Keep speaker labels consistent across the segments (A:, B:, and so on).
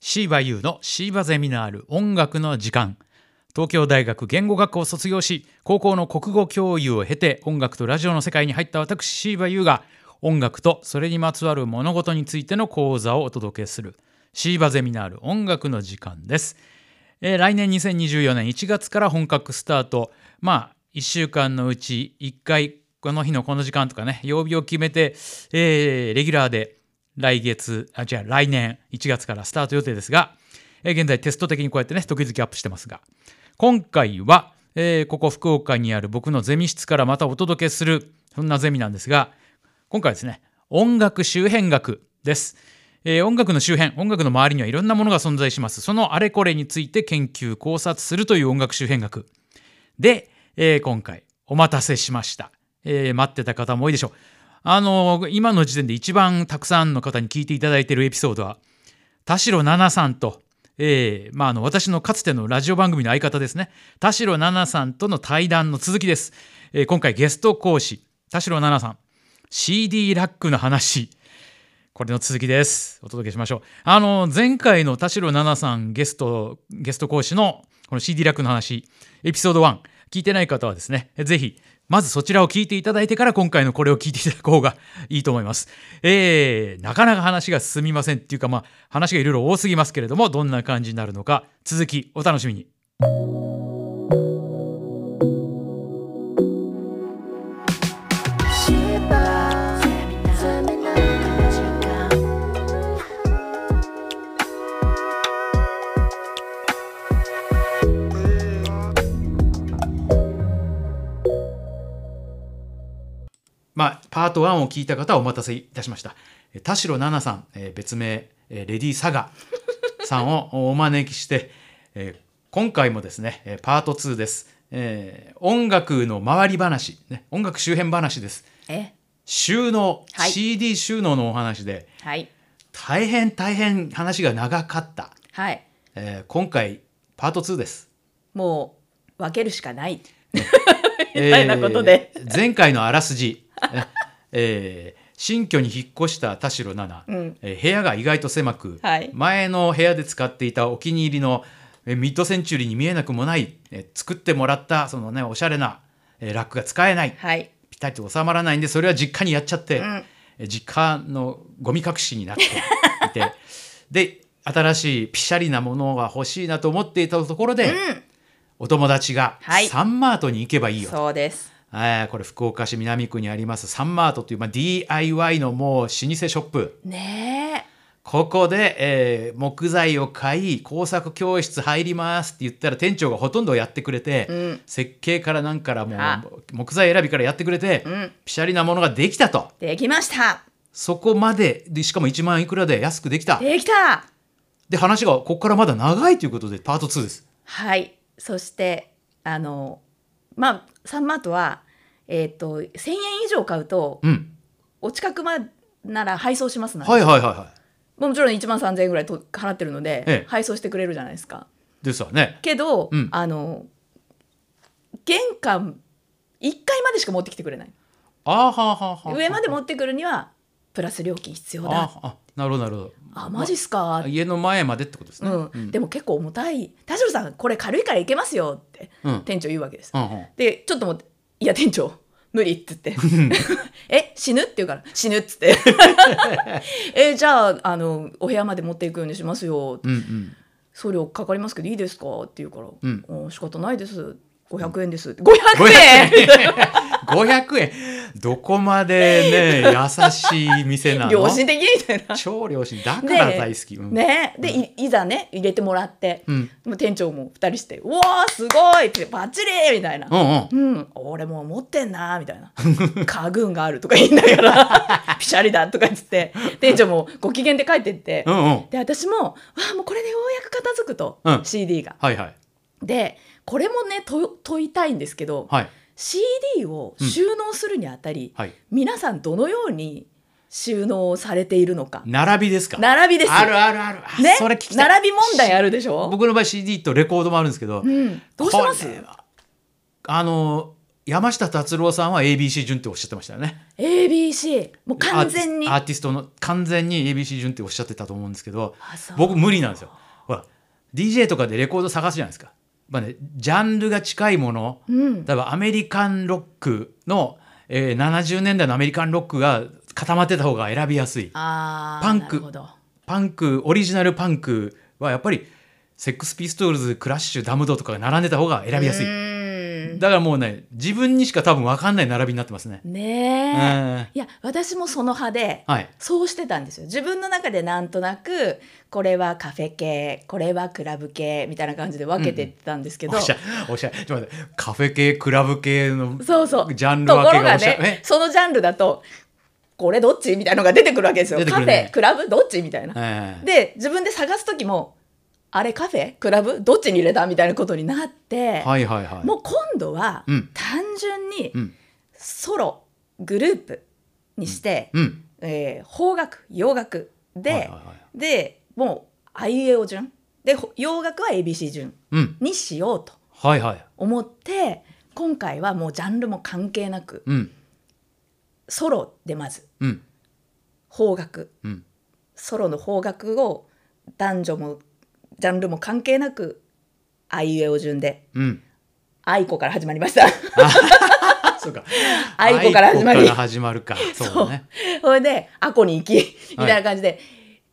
A: シーバ U のシーバゼミナール音楽の時間東京大学言語学科を卒業し高校の国語教諭を経て音楽とラジオの世界に入った私シーバ U が音楽とそれにまつわる物事についての講座をお届けするシーバゼミナール音楽の時間です、えー来年2024年1月から本格スタートまあ1週間のうち1回この日のこの時間とかね曜日を決めて、えーレギュラーで来月あ違う来年1月からスタート予定ですが、えー現在テスト的にこうやってね時々アップしてますが今回は、えーここ福岡にある僕のゼミ室からまたお届けするそんなゼミなんですが今回はですね音楽周辺学です、えー音楽の周辺音楽の周りにはいろんなものが存在しますそのあれこれについて研究考察するという音楽周辺学で、えー今回お待たせしました、えー待ってた方も多いでしょうあのー今の時点で一番たくさんの方に聞いていただいているエピソードは田代奈々さんと、えーまあ、あの私のかつてのラジオ番組の相方ですね田代奈々さんとの対談の続きです、えー今回ゲスト講師田代奈々さん CD ラックの話これの続きですお届けしましょうあの前回の田代奈々さんゲストゲスト講師のこの CD ラックの話エピソード1聞いてない方はですねぜひまずそちらを聞いていただいてから今回のこれを聞いていただく方がいいと思います。えー、なかなか話が進みませんっていうかまあ話がいろいろ多すぎますけれどもどんな感じになるのか続きお楽しみに。
B: Shiba, Seminar, Seminar,
A: まあ、パート1を聞いた方はお待たせいたしました。えー田代奈々さん、えー別名、えーレディー・サガさんを お招きして、えー今回もですね、えーパート2です。えー音楽の周り話、ね、音楽周辺話です。
C: え
A: 収納、
C: はい
A: CD 収納のお話で、
C: はい
A: 大変大変話が長かった。
C: はい
A: えー今回、パート2です。
C: もう分けるしかないみたいなことで、
A: えー前回のあらすじ、えー新居に引っ越した田代奈々、
C: うん
A: えー部屋が意外と狭く、
C: はい
A: 前の部屋で使っていたお気に入りのえーミッドセンチュリーに見えなくもない、えー作ってもらったそのねおしゃれな、えーラックが使えない
C: はい
A: ぴったりと収まらないんでそれは実家にやっちゃって、
C: ん
A: えー実家のゴミ隠しになっていて で新しいピシャリなものが欲しいなと思っていたところで、お友達が
C: はい
A: サンマートに行けばいいよと
C: そうです
A: えーこれ福岡市南区にありますサンマートという、まあ、DIY のもう老舗ショップ
C: ね
A: ここで、えー木材を買い工作教室入りますって言ったら店長がほとんどやってくれて、
C: ん
A: 設計からなんからも
C: あ
A: う木材選びからやってくれて、
C: ん
A: ピシャリなものができたと
C: えできました
A: そこまででしかも1万いくらで安くできた
C: できた
A: で話がここからまだ長いということでパート2です
C: はいそしてあのまあサンマートはえっ、と1,000円以上買うと、
A: うん
C: お近くまなら配送しますなんて
A: はいはいはいは
C: もちろん1万3,000円ぐらいと払ってるので、
A: ええ
C: 配送してくれるじゃないですか
A: いですわね
C: けど、
A: うん
C: あの玄関1階までしか持ってきてくれない
A: あーはーはーはー
C: 上まで持ってくるにはプラス料金必要だ
A: あーあなるほどなるほど
C: あマジっすか、
A: あ家の前までってことですね、
C: うんでも結構重たい「田代さんこれ軽いからいけますよ」って
A: うん
C: 店長言うわけです、
A: うんうん
C: でちょっと待って「いや店長無理」っ つって「 え死ぬ?」って言うから「死ぬ」っつって 「えじゃああのお部屋まで持っていくようにしますよ」
A: うんうん
C: 送料かかりますけどいいですか?」って言うから「
A: ん
C: うん、仕方ないです500円です」500円
A: 500円どこまでね優しい店なの
C: 良心的みたいな。
A: 超良心 だから大好き、うん
C: ねで、いいざね入れてもらって、
A: うん
C: もう店長も2人して「うわーすごい!」って「バッチリ!」みたいな
A: うんうん
C: 「うん、俺もう持ってんな」みたいな 「家具がある」とか言いながら「 ピシャリだ」とか言って店長もご機嫌で帰ってって、
A: うんうん
C: で私も「わあもうこれでようやく片付くと」
A: うん
C: CD が。
A: はいはい
C: でこれもねと問いたいんですけど、
A: はい
C: CD を収納するにあたり、
A: はい
C: 皆さんどのように収納されているのか
A: 並びですか
C: 並びですよ
A: あるあるあるあ
C: ね、
A: それ聞きたい
C: 並び問題あるでしょ
A: 僕の場合 CD とレコードもあるんですけど、
C: うん、どうしてます
A: これはあの山下達郎さんは ABC 順っておっしゃってましたよね
C: ABC もう完全に
A: アーティアーティストの完全に ABC 順っておっしゃってたと思うんですけど
C: あそう
A: 僕無理なんですよほら DJ とかでレコード探すじゃないですか、まあね、ジャンルが近いもの、
C: うん
A: 例えばアメリカンロックの、えー70年代のアメリカンロックが固まってた方が選びやすい
C: あー
A: パンク
C: なるほど
A: パンクオリジナルパンクはやっぱりセックスピストルズクラッシュダムドとかが並んでた方が選びやす
C: う
A: い
C: ーん
A: だからもうね自分にしか多分分かんない並びになってますね、うん
C: ねえ、いや私もその派で、
A: はい
C: そうしてたんですよ自分の中でなんとなくこれはカフェ系これはクラブ系みたいな感じで分けてってたんですけど、
A: おしゃおしゃちょっと待ってカフェ系クラブ系の
C: そうそう
A: ジャンル分
C: とこ
A: け
C: ろ
A: が
C: が
A: おしゃ
C: ねそのジャンルだとこれどっちみたいなのが出てくるわけですよ、
A: 出てく
C: カ
A: る
C: フ
A: ね
C: ェクラブどっちみたいな、
A: ええ
C: で自分で探す時もあれカフェクラブどっちに入れたみたいなことになって、
A: はいはいはい
C: もう今度は
A: うん
C: 単純に
A: うん
C: ソログループにして、
A: うん
C: えー邦楽洋楽で、
A: はいはいはい
C: でもうあいうえお順でほ洋楽は ABC 順
A: うん
C: にしようと
A: はいはい
C: 思って今回はもうジャンルも関係なく
A: うん
C: ソロでまず
A: うん
C: 邦楽
A: うん
C: ソロの邦楽を男女もジャンルも関係なくあいうえお順で
A: うん
C: 愛子から始まりました
A: そうか
C: 愛子から始まり
A: 愛子から始まるかそうだね
C: それで「あこに行き」みたいな感じで、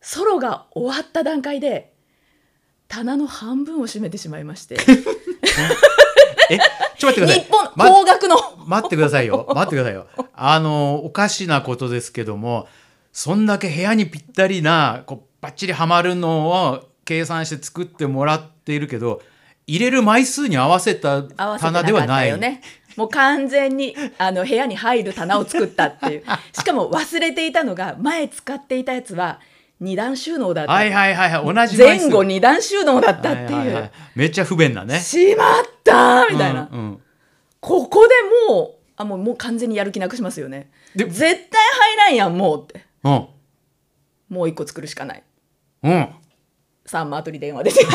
C: ソロが終わった段階で棚の半分を占めてしまいまして 日
A: えちょっと待ってくだ さい
C: 本
A: ま
C: 邦楽の
A: 待ってください よ。待ってくださいよ。あの、おかしなことですけども、そんだけ部屋にぴったりな、こう、バッチリはまるのを計算して作ってもらっているけど、入れる枚数に合わせた
C: 合わせて
A: 棚
C: な
A: で
C: か
A: は
C: った
A: ない。
C: よね。もう完全にあの部屋に入る棚を作ったっていう。しかも忘れていたのが前使っていたやつは二段収納だった。
A: はいはいはいはい。同じ枚数
C: 前後二段収納だったっていう。
A: はいはいはいめっちゃ不便だね。
C: しまったーみたいな、
A: うんうん
C: ここでもうあもうもう完全にやる気なくしますよね。
A: で
C: 絶対入らんやんもうって。
A: うん。
C: もう一個作るしかない。
A: うん。
C: さあマートリ電 話ですよ。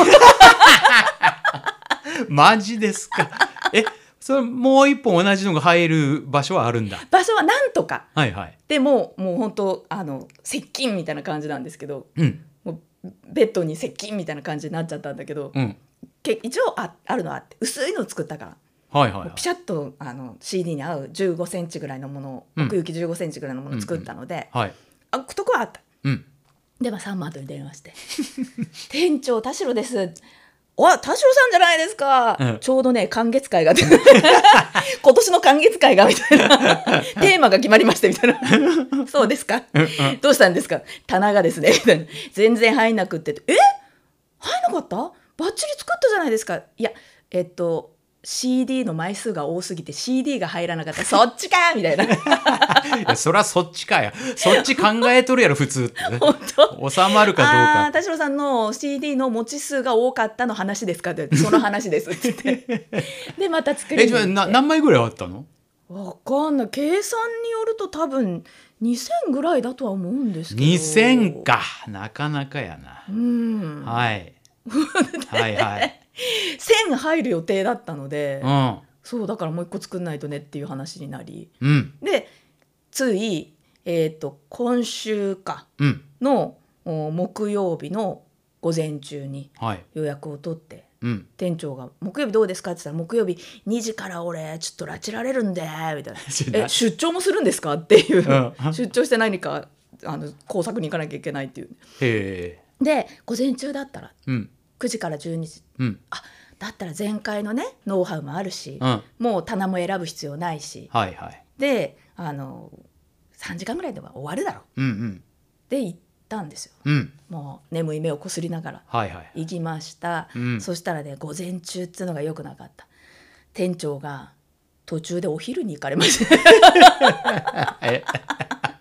A: マジですか。え、それもう一本同じのが入る場所はあるんだ。
C: 場所はなんとか。
A: はいはい。
C: でもうもう本当あの接近みたいな感じなんですけど、
A: うん。
C: もうベッドに接近みたいな感じになっちゃったんだけど、
A: うん。
C: け一応ああるのはあって薄いのを作ったから
A: はいはい、はい
C: ピ。シャッとあの CD に合う1 5センチぐらいのものを、
A: うん
C: 奥行き1 5センチぐらいのものを作ったので、
A: はい。
C: あくとこはあった
A: うん。
C: でまあサンマートに電話して 「店長田代です」あ、田代さんじゃないですか、
A: うん
C: ちょうどね歓月会が 今年の歓月会がみたい なテーマが決まりましてみたいな そうですかどうしたんですか棚がですねみたいな全然入んなくってってえ入んなかったバッチリ作ったじゃないですかいやえっと CD の枚数が多すぎて CD が入らなかったそっちかみたいな
A: いやそりゃそっちかやそっち考えとるやろ普通ってね
C: 本当
A: 収まるかどう
C: ああー
A: か
C: 田代さんの CD の持ち数が多かったの話ですかって言われてその話 ですって言ってでまた作り
A: え
C: に
A: ちょ
C: 行
A: な
C: って
A: 何枚ぐらいあったの
C: わかんない計算によると多分2000ぐらいだとは思うんですけど
A: 2000かなかなかやな
C: う、ん、
A: はい、はいはい
C: 1000入る予定だったので、
A: うん
C: そうだからもう一個作んないとねっていう話になり
A: うん
C: でつい、えー、と今週か
A: うん
C: のお木曜日の午前中に
A: はい
C: 予約を取って
A: うん
C: 店長が「木曜日どうですか?」って言ったら「木曜日2時から俺ちょっと拉致られるんで」みたいな「
A: ちょな
C: え出張もするんですか?」っていう、
A: うん
C: 出張して何かあの工作に行かなきゃいけないっていう
A: へえ
C: で午前中だったら
A: うん
C: 9時から12時
A: うん
C: あだったら前回のねノウハウもあるし、
A: うん
C: もう棚も選ぶ必要ないし
A: はいはい
C: であの3時間ぐらいでは終わるだろう
A: うん
C: で行ったんですよ
A: うんうん
C: もう眠い目をこすりながら
A: はいはい
C: 行きました、
A: うん
C: そしたらね午前中っていうのが良くなかった店長が途中でお昼に行かれました
A: え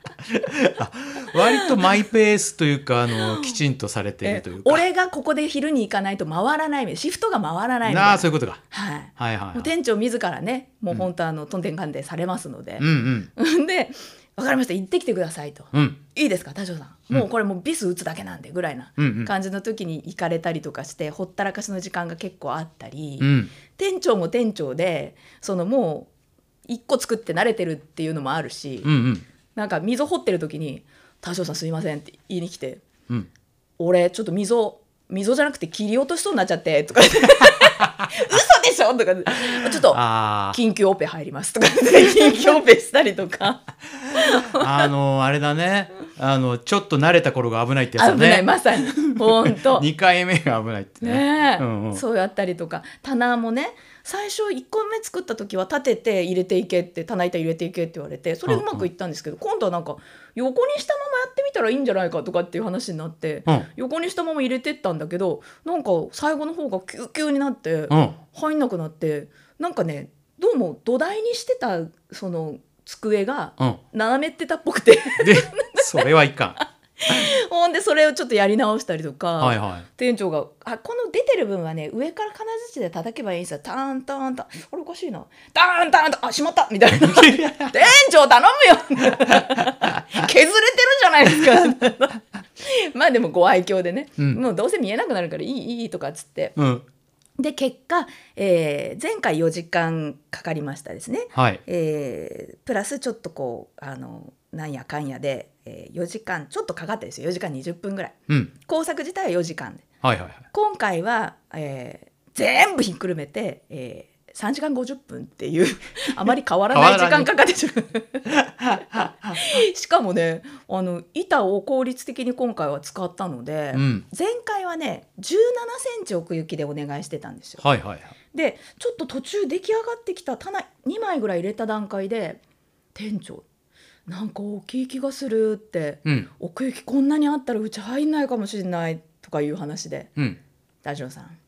A: あ割とマイペースというかあのきちんとされているというか
C: 俺がここで昼に行かないと回らないみたいなシフトが回らないみたい
A: な
C: な
A: あそういうことか
C: はい
A: はいはい、
C: もう
A: はい、
C: 店長自らねもう本当あの、とんてんかんでされますので
A: うん、うん
C: で「分かりました行ってきてください」と
A: うん
C: 「いいですか田代さんもうこれもうビス打つだけなんで」ぐらいな
A: うんうん
C: 感じの時に行かれたりとかしてほったらかしの時間が結構あったり、
A: うん
C: 店長も店長でそのもう一個作って慣れてるっていうのもあるし、
A: うんうん
C: なんか溝掘ってる時に「大将さんすいません」って言いに来て
A: うん
C: 「俺ちょっと溝溝じゃなくて切り落としそうになっちゃって」とか言って 「嘘でしょ!」とか「ちょっと
A: あー
C: 緊急オペ入ります」とか言って緊急オペしたりとか
A: あのあれだねあのちょっと慣れた頃が危ないってやつだ
C: 危ない
A: ね
C: まさに本当
A: 2回目が危ないって
C: ねえ、
A: うんうん
C: そうやったりとか棚もね最初1個目作った時は立てて入れていけって棚板入れていけって言われてそれうまくいったんですけど、今度はなんか横にしたままやってみたらいいんじゃないかとかっていう話になって、
A: うん
C: 横にしたまま入れてったんだけどなんか最後の方が急急になって、
A: うん
C: 入んなくなってなんかねどうも土台にしてたその机が
A: うん
C: 斜めってたっぽくて
A: でそれはいか
C: ほんでそれをちょっとやり直したりとか。
A: んはいはい
C: 店長が「あこの出てる分はね上から金槌で叩けばいいんですよターンターンターンあれおかしいなターンターンターンあしまった」みたいな「店長頼むよ」削れてるじゃないですかまあでもご愛嬌でね、
A: うん
C: もうどうせ見えなくなるから「いいいい」とかっつって
A: うん
C: で結果、えー前回4時間かかりましたですね
A: はい
C: えープラスちょっとこうあのなんやかんやで、え4時間ちょっとかかったですよ4時間20分ぐらい
A: うん
C: 工作自体は4時間で
A: はいはいはい
C: 今回は、えー全部ひっくるめて、えー3時間50分っていうあまり変わらない時間かかってしま うしかもねあの板を効率的に今回は使ったので、
A: うん
C: 前回はね1 7センチ奥行きでお願いしてたんですよ。
A: はいはいはい
C: でちょっと途中出来上がってきた棚2枚ぐらい入れた段階で「店長なんか大きい気がする」って
A: うん
C: 「奥行きこんなにあったらうち入んないかもしれない」とかいう話で
A: うん
C: ダジョンさん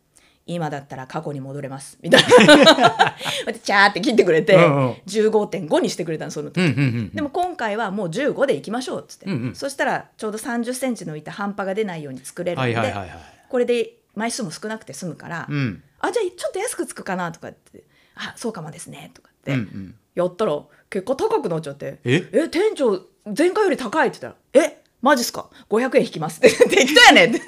C: 今だったら過去に戻れますみたいな でチャーって切ってくれて、
A: うんうん
C: 15.5にしてくれたのその時、
A: うんうんうん
C: でも今回はもう15でいきましょうっつって、
A: うんうん
C: そしたらちょうど3 0ンチの板半端が出ないように作れるん
A: は
C: で、
A: いはいはいはい
C: これで枚数も少なくて済むから、
A: うん
C: あじゃあちょっと安くつくかなとかってあそうかもですねとかって、
A: うんうん
C: やったら結果高くなっちゃって
A: え
C: え店長前回より高いって言ったらえマジっすか500円引きますって適当やねん って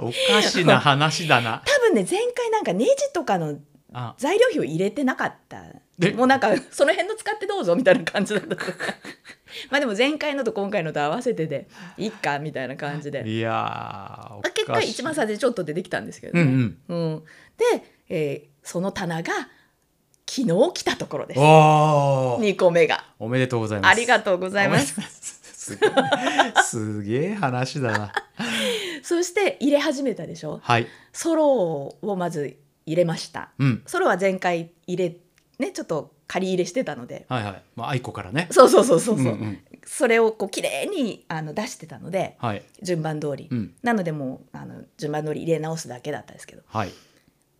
A: おかしな話だな
C: 多分ね前回なんかネジとかの
A: あ
C: 材料費を入れてなかった
A: え
C: もうなんかその辺の使ってどうぞみたいな感じだった まあでも前回のと今回のと合わせてでいっかみたいな感じで
A: いやーおかしい
C: 結果一番最初にちょっと出てきたんですけど
A: う
C: ね、
A: ん
C: うんで、えーその棚が昨日来たところで
A: うん
C: す
A: おー
C: 2個目が
A: おめでとうございます
C: ありがとうございます
A: おめでとうございますすげえす げえ話だな
C: そして入れ始めたでしょ
A: はい
C: ソロをまず入れました
A: うん
C: ソロは前回入れねちょっと仮入れしてたので
A: はいはいまあ愛子からね
C: そうそうそうそうそ
A: ん
C: う、
A: ん
C: それをこう綺麗にあの出してたので
A: はい
C: 順番通り、
A: うん
C: なのでもうあの順番通り入れ直すだけだったんですけど
A: はい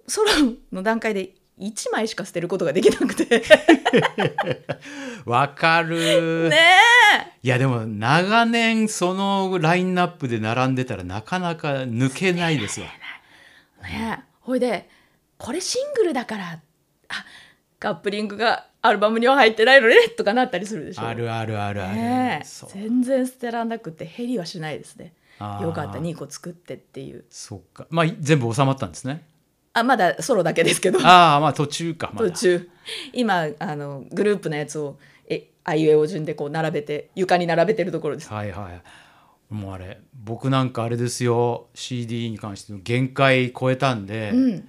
C: ソロの段階で1枚しか捨てることができなく て
A: わかる、
C: ね
A: いやでも長年そのラインナップで並んでたらなかなか抜けないですよ
C: えねえほいでこれシングルだからあカップリングがアルバムには入ってないのねとかなったりするでしょ
A: あるあるあるある、
C: ねえ
A: そう
C: 全然捨てらんなくて減りはしないですね
A: あー
C: よかった2個作ってっていう
A: そっかまあ全部収まったんです ね
C: あまだソロだけですけど
A: ああまあ途中かまだ
C: 途中今あのグループのやつをえあいうえお順でこう並べて床に並べてるところです
A: はいはいもうあれ僕なんかあれですよ CD に関しての限界超えたんで、
C: うん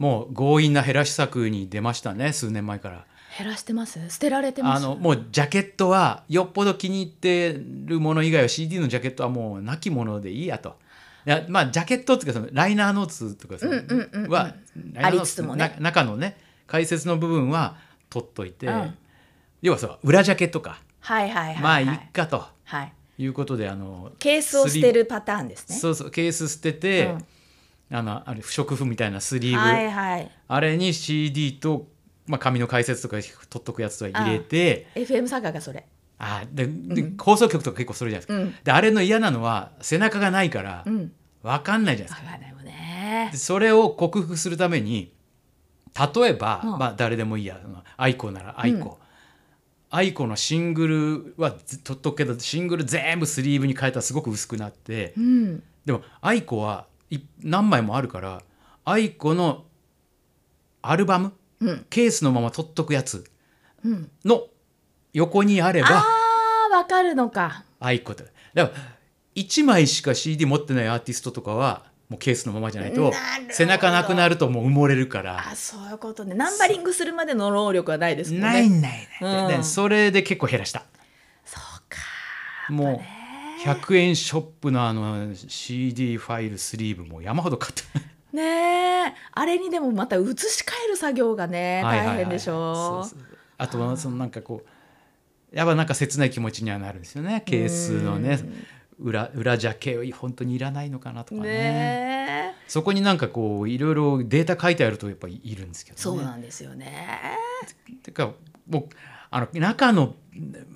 A: もう強引な減らし策に出ましたね数年前から。
C: 減らしてます捨てられてま
A: あ
C: す
A: のもうジャケットはよっぽど気に入ってるもの以外は CD のジャケットはもうなきものでいいやと。いやまあジャケットっていうかそのライナーノーツとかその
C: うんうんうんうん
A: はライナーノーツ
C: ありつつもね
A: な中のね解説の部分は取っといて、
C: うん
A: 要はそう裏ジャケットか、
C: はいはいはい、はい、
A: まあいっかと
C: はい
A: いうことであの
C: ケースを捨てるパターンですね
A: そうそうケース捨てて、あのあれ不織布みたいなスリーブ、
C: はいはい
A: あれに CD と、まあ、紙の解説とか取っとくやつとか入れて、
C: FM サガがそれ
A: あでで放送局とか結構それじゃないですか、
C: うん
A: であれの嫌なのは背中がないから
C: うん
A: 分かんないじゃないですか、
C: わかんないもんね
A: でそれを克服するために例えば、
C: うん
A: まあ、誰でもいいやあの愛子なら愛子、愛子のシングルはず取っとくけどシングル全部スリーブに変えたらすごく薄くなって、
C: うん
A: でも愛子はい何枚もあるから愛子のアルバム
C: うん
A: ケースのまま取っとくやつ
C: うん、
A: の横にあれば
C: あーわかるのか
A: あいことだから1枚しか CD 持ってないアーティストとかはもうケースのままじゃない
C: な
A: と
C: るほど
A: 背中なくなるともう埋もれるから
C: あそういうことねナンバリングするまでの労力はないですもんね
A: ないないない、
C: うん
A: でそれで結構減らした
C: そうか
A: もう100円ショップのあの CD ファイルスリーブも山ほど買った
C: ねえあれにでもまた移し替える作業がね 大変でしょ
A: そうそうあとはそのなんかこうやっぱなんか切ない気持ちにはなるんですよねケースのね裏裏ジャケ本当にいらないのかなとかね
C: ねえ
A: そこになんかこういろいろデータ書いてあるとやっぱいるんですけどね。
C: そうなんですよね
A: てか僕あの中の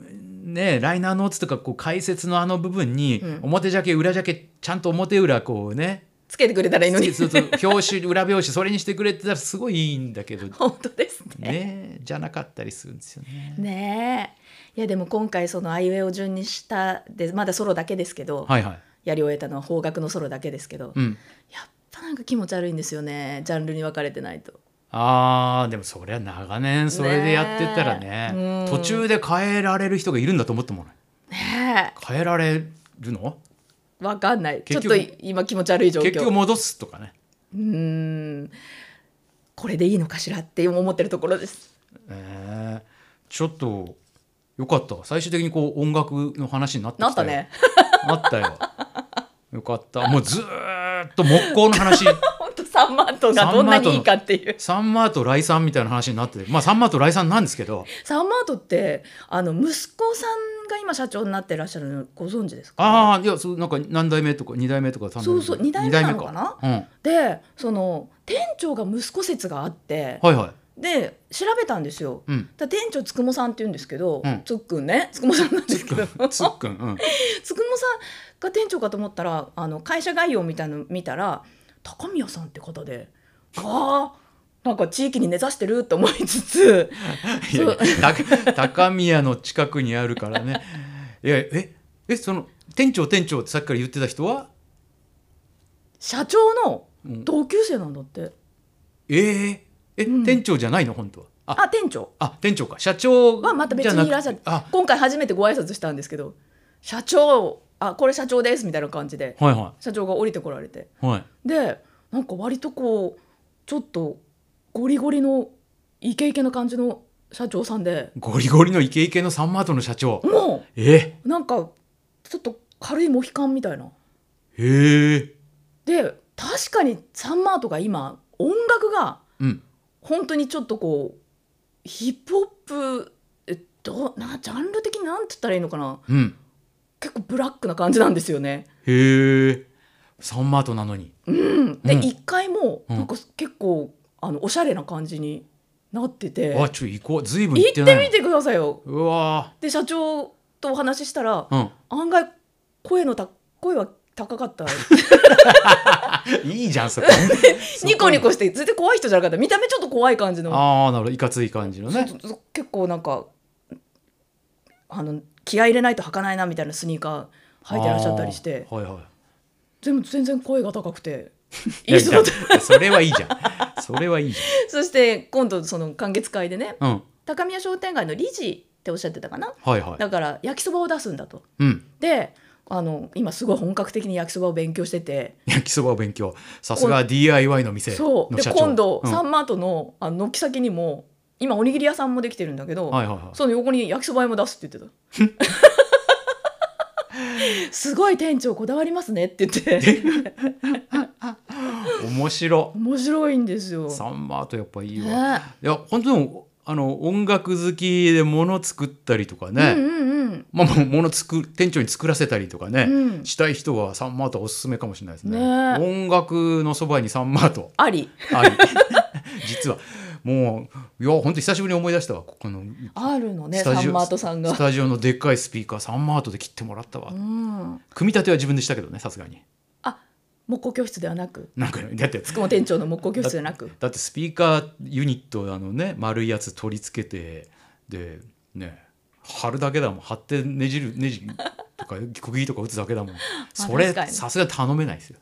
A: ねライナーノーツとかこう解説のあの部分に、
C: うん
A: 表ジャケ裏ジャケちゃんと表裏こうね
C: つけてくれたらいいのに
A: そうそう表紙裏表紙それにしてくれてたらすごいいいんだけど
C: 本当ですね
A: ね じゃなかったりするんですよね。
C: ねえいやでも今回その「アイウェイ」を順にしたでまだソロだけですけど、
A: はいはい。
C: やり終えたのは邦楽のソロだけですけど、
A: うん。
C: やっぱなんか気持ち悪いんですよねジャンルに分かれてないと。
A: あーでもそりゃ長年それでやってたらね
C: ねうん
A: 途中で変えられる人がいるんだと思ってもら
C: ねえ
A: 変えられるの
C: 分かんないちょ
A: 結
C: っと
A: 局
C: 今気持ち悪い状況
A: 結局戻すとかね
C: うーんこれでいいのかしらって思ってるところです。
A: えーちょっとよかった最終的にこう音楽の話になってきた
C: なったね
A: なったよよかったもうずーっと木工の 話
C: 本当サンマートがどんなにいいかっていう
A: サンマート来さんみたいな話になっててまあサンマート来さんなんですけど
C: サンマートってあの息子さんが今社長になってらっしゃるのご存知ですか
A: ああいやそうなんか何代目とか2代目とか三代目とか
C: そうそう二代目なのかな
A: 二代目か
C: でその店長が息子説があって、
A: うんはいはい
C: で調べたんですよ。
A: うん
C: だから店長つくもさんって言うんですけど、
A: うん
C: つっくんねつくもさんなんですけど
A: つっくん、うん、
C: つくもさんが店長かと思ったらあの会社概要みたいの見たら高宮さんって方でああなんか地域に根ざしてると思いつつ
A: いやいやた高宮の近くにあるからねいやええその店長店長ってさっきから言ってた人は
C: 社長の
A: うん
C: 同級生なんだって、
A: えええ、
C: うん
A: 店長じゃないの本当はあ
C: あ店長
A: あ店長か社長
C: はまた別にいらっしゃって
A: あ
C: 今回初めてご挨拶したんですけど社長あこれ社長ですみたいな感じで
A: はいは
C: 社長が降りてこられて
A: いはい
C: でなんか割とこうちょっとゴリゴリのイケイケな感じの社長さんで
A: ゴリゴリのイケイケのサンマートの社長
C: も
A: え
C: うなんかちょっと軽いモヒカンみたいな
A: えへえ
C: で確かにサンマートが今音楽が
A: うん
C: 本当にちょっとこうヒップホップえどうなジャンル的になんて言ったらいいのかな
A: うん
C: 結構ブラックな感じなんですよね。
A: へえサンマートなのに
C: うん、で、
A: うん
C: 一回も
A: うん
C: なんか結構あのおしゃれな感じになってて、
A: あちょ行こうずいぶん行っ
C: 行
A: て
C: っ
A: な
C: て
A: いの
C: みてくださいよ。
A: うわ
C: で社長とお話ししたら、
A: ー
C: 案外声のた声は高 かった。
A: うんいいじゃんそこ
C: ニコニコして全然怖い人じゃなかった。見た目ちょっと怖い感じの。
A: ああなるほどいかつい感じのね
C: そうそうそう結構なんかあの気合い入れないと履かないなみたいなスニーカー履いてらっしゃったりして
A: あーはいはい
C: 全部全然声が高く て
A: い
C: いい
A: やじ
C: 人
A: ゃ
C: だ
A: あ
C: った
A: それはいいじゃんそれはいいじ
C: そして今度その完結会でね
A: ゃんうん
C: 高宮商店街の理事っておっしゃってたかな
A: はいはい
C: だから焼きそばを出すんだと
A: うん
C: であの今すごい本格的に焼きそばを勉強してて
A: 焼きそばを勉強さすが DIY の店の社長
C: そうで今度
A: うん
C: サンマートのあの軒先にも今おにぎり屋さんもできてるんだけど、
A: はいはいはい
C: その横に焼きそば屋も出すって言 ってたすごい店長こだわりますねって言って
A: 面白
C: 面白いんですよ。
A: サンマートやっぱいいわ、い
C: ね
A: や本当でもあの音楽好きで物作ったりとか
C: うん
A: ね、
C: うん
A: まあもう物作店長に作らせたりとかね、
C: うん
A: したい人はサンマートおすすめかもしれないですね
C: ね
A: 音楽のそばにサンマート
C: あり
A: あり 実はもういや本当久しぶりに思い出したわここの
C: あるのね
A: ス
C: サ
A: タジ
C: ン
A: オ
C: マートさんが
A: ス。タジオのでっかいスピーカーサンマートで切ってもらったわ、
C: うん、
A: 組み立ては自分でしたけどねさすがに
C: あ木工教室ではなく
A: なんかだって
C: つくも店長の木工教室ではなく。
A: だってスピーカーユニットあのね丸いやつ取り付けてでね貼るだけだもん貼って ねじるねじとか釘とか打つだけだもんそれ
C: 確かに
A: さすがに頼めないですよ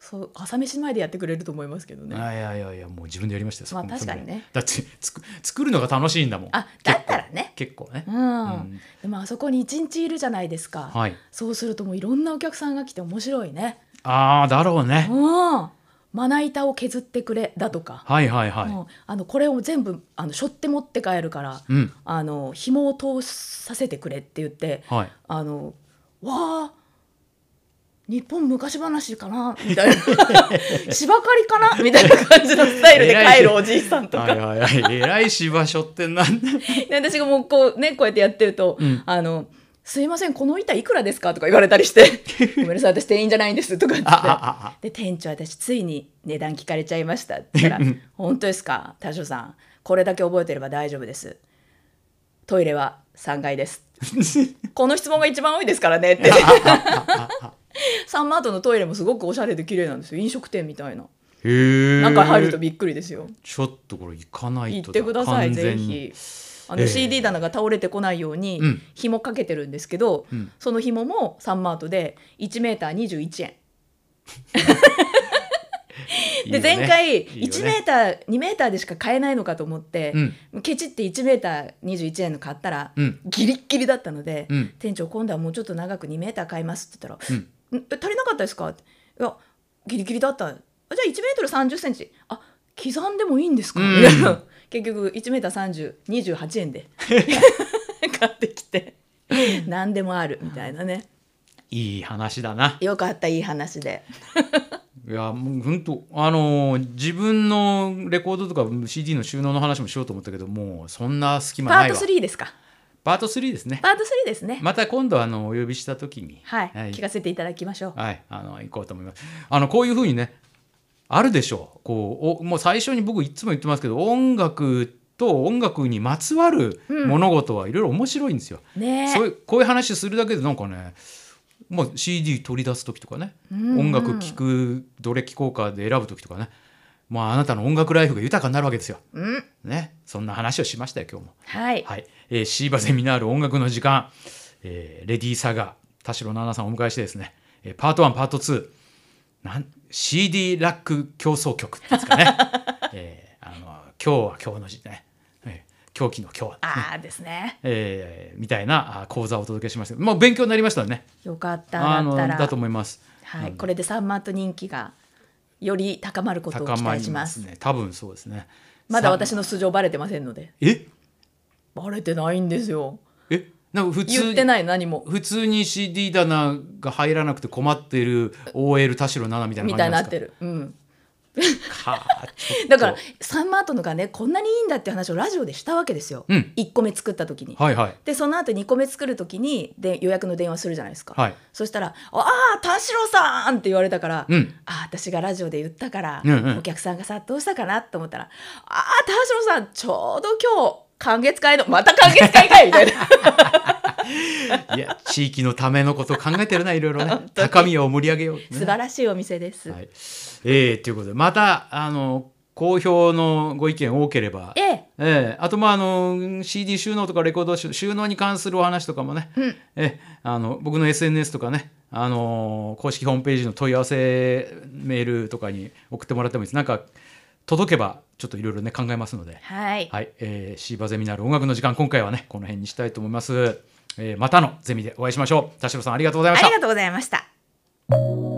C: そう朝飯前でやってくれると思いますけど
A: い
C: ね。
A: やいやいやいやもう自分でやりましたよ
C: まあ
A: そこも
C: 確かにね
A: だってつく作るのが楽しいんだもん
C: あだったらね。
A: 結構ね
C: うん、
A: うん
C: でもあそこに一日いるじゃないですか、
A: はい
C: そうするともういろんなお客さんが来て面白いね。
A: ああだろうね
C: うん、まな板を削ってくれだとか、
A: はいはいは
C: う
A: い
C: んあのこれを全部あの背負って持って帰るから、
A: うん
C: あの紐を通させてくれって言って
A: はい
C: あのわあ日本昔話かなみ たいな芝刈りかなみたいな感じのスタイルで帰るおじいさんとか、
A: はいはいはい偉い芝所って なんで
C: で私がもうこうねこうやってやってると「
A: うん
C: あのすいませんこの板いくらですか?」とか言われたりして「 ごめんなさい私店員じゃないんです」とか言って
A: あああ あ
C: で店長私ついに値段聞かれちゃいましたって言ったら「本当ですか大将さんこれだけ覚えてれば大丈夫ですトイレは3階です」この質問が一番多いですから ねってサンマートのトイレもすごくおしゃれで綺麗なんですよ飲食店みたいな
A: へえ
C: 中入るとびっくりですよ
A: ちょっとこれ行かない
C: 行
A: と
C: ってください
A: 完
C: ぜ
A: 全に
C: ひあの、
A: ええ
C: CD 棚が倒れてこないように
A: うん
C: 紐かけてるんですけど、
A: うん
C: その紐もサンマートで1メーター21
A: い
C: 円
A: い
C: で
A: よね
C: 前回
A: いいよね
C: 1メーター2メーターでしか買えないのかと思って
A: う、ん
C: ケチって1メーター21円の買ったら、
A: うん
C: ギリッギリだったので、
A: うん
C: 店長今度はもうちょっと長く2メーター買いますって言った
A: う
C: ら
A: ん
C: 「んえ足りなかったですか?」って「いやギリギリだったあじゃあ1メートル3 0センチあ刻んでもいいんですか?」
A: うん
C: みたいな結局1メーター3028円で 買ってきて何でもあるみたいなね
A: いい話だな
C: よかったいい話で
A: いやもう本当あのー自分のレコードとか CD の収納の話もしようと思ったけどもうそんな隙間
C: パ
A: な
C: ー
A: いわ
C: ト3ですか
A: パート3ですね
C: パート3ですね
A: また今度あのお呼びした時に
C: はい、
A: はい
C: 聞かせていただきましょう
A: はい、あの行こうと思います。あのこういうふうにねあるでしょうこうおもう最初に僕いつも言ってますけど音楽と音楽にまつわる物事はいろいろ面白いんですよ。
C: ね
A: そういうこういう話するだけでなんかね、まあ、CD 取り出す時とかね、
C: ん
A: 音楽聴くどれ聴こうかで選ぶ時とかね、まあ、あなたの音楽ライフが豊かになるわけですよ。
C: うん
A: ね、そんな話をしましたよ今日も。
C: はい
A: はい、えー、シーバセミナール音楽の時間、えーレディーサガ田代奈々さんをお迎えしてですね、えーパート1パート2なん CD ラック競争曲っていうんですか ね、えーあの今日は今日の時ね、えー狂気の今日は、
C: ああですね。
A: えーみたいなあー講座をお届けしましたまあ勉強になりましたね
C: よかった
A: あ
C: だっ
A: の
C: たら。
A: だと思います
C: はい、これでサンマート人気がより高まることを期
A: 高ま
C: 待
A: り
C: しま。
A: ますす
C: ま
A: ね多分そうですね
C: だ
A: さ
C: 私の素性バレてませんので。
A: え
C: バレてないんですよ。
A: えなんか普通
C: 言ってない何も。
A: 普通に CD 棚が入らなくて困ってる OL 田代奈々みたいな感じ
C: みたいにな
A: なん
C: っ
A: ですか
C: てる。うん。
A: か
C: だから、サンマートのがね、こんなにいいんだって話をラジオでしたわけですよ。
A: うん
C: 1個目作った時に。
A: はいはい
C: で、その後2個目作る時にで予約の電話するじゃないですか。
A: はい
C: そしたら「ああ田代さん!」って言われたから「
A: うん
C: ああ私がラジオで言ったから、
A: うんうん
C: お客さんが殺到したかな?」と思ったら「ああ田代さんちょうど今日歓月会のまた歓月会かい!」みたい な
A: いや地域のためのことを考えてるないろいろ ね高みを盛り上げよう、ね、
C: 素晴らしいお店です。
A: はい、えーということでまたあの好評のご意見多ければ
C: ええ
A: ええあとまああの CD 収納とかレコード収収納に関するお話とかもね、
C: うん
A: ええあの僕の SNS とかねあの公式ホームページの問い合わせメールとかに送ってもらってもいいですなんか届けばちょっといろいろね考えますので
C: はい、
A: はい、えー、シーバゼミナール音楽の時間今回はねこの辺にしたいと思います、えーまたのゼミでお会いしましょう田代さんありがとうございま
C: あ
A: した
C: りがとうございました。
B: 「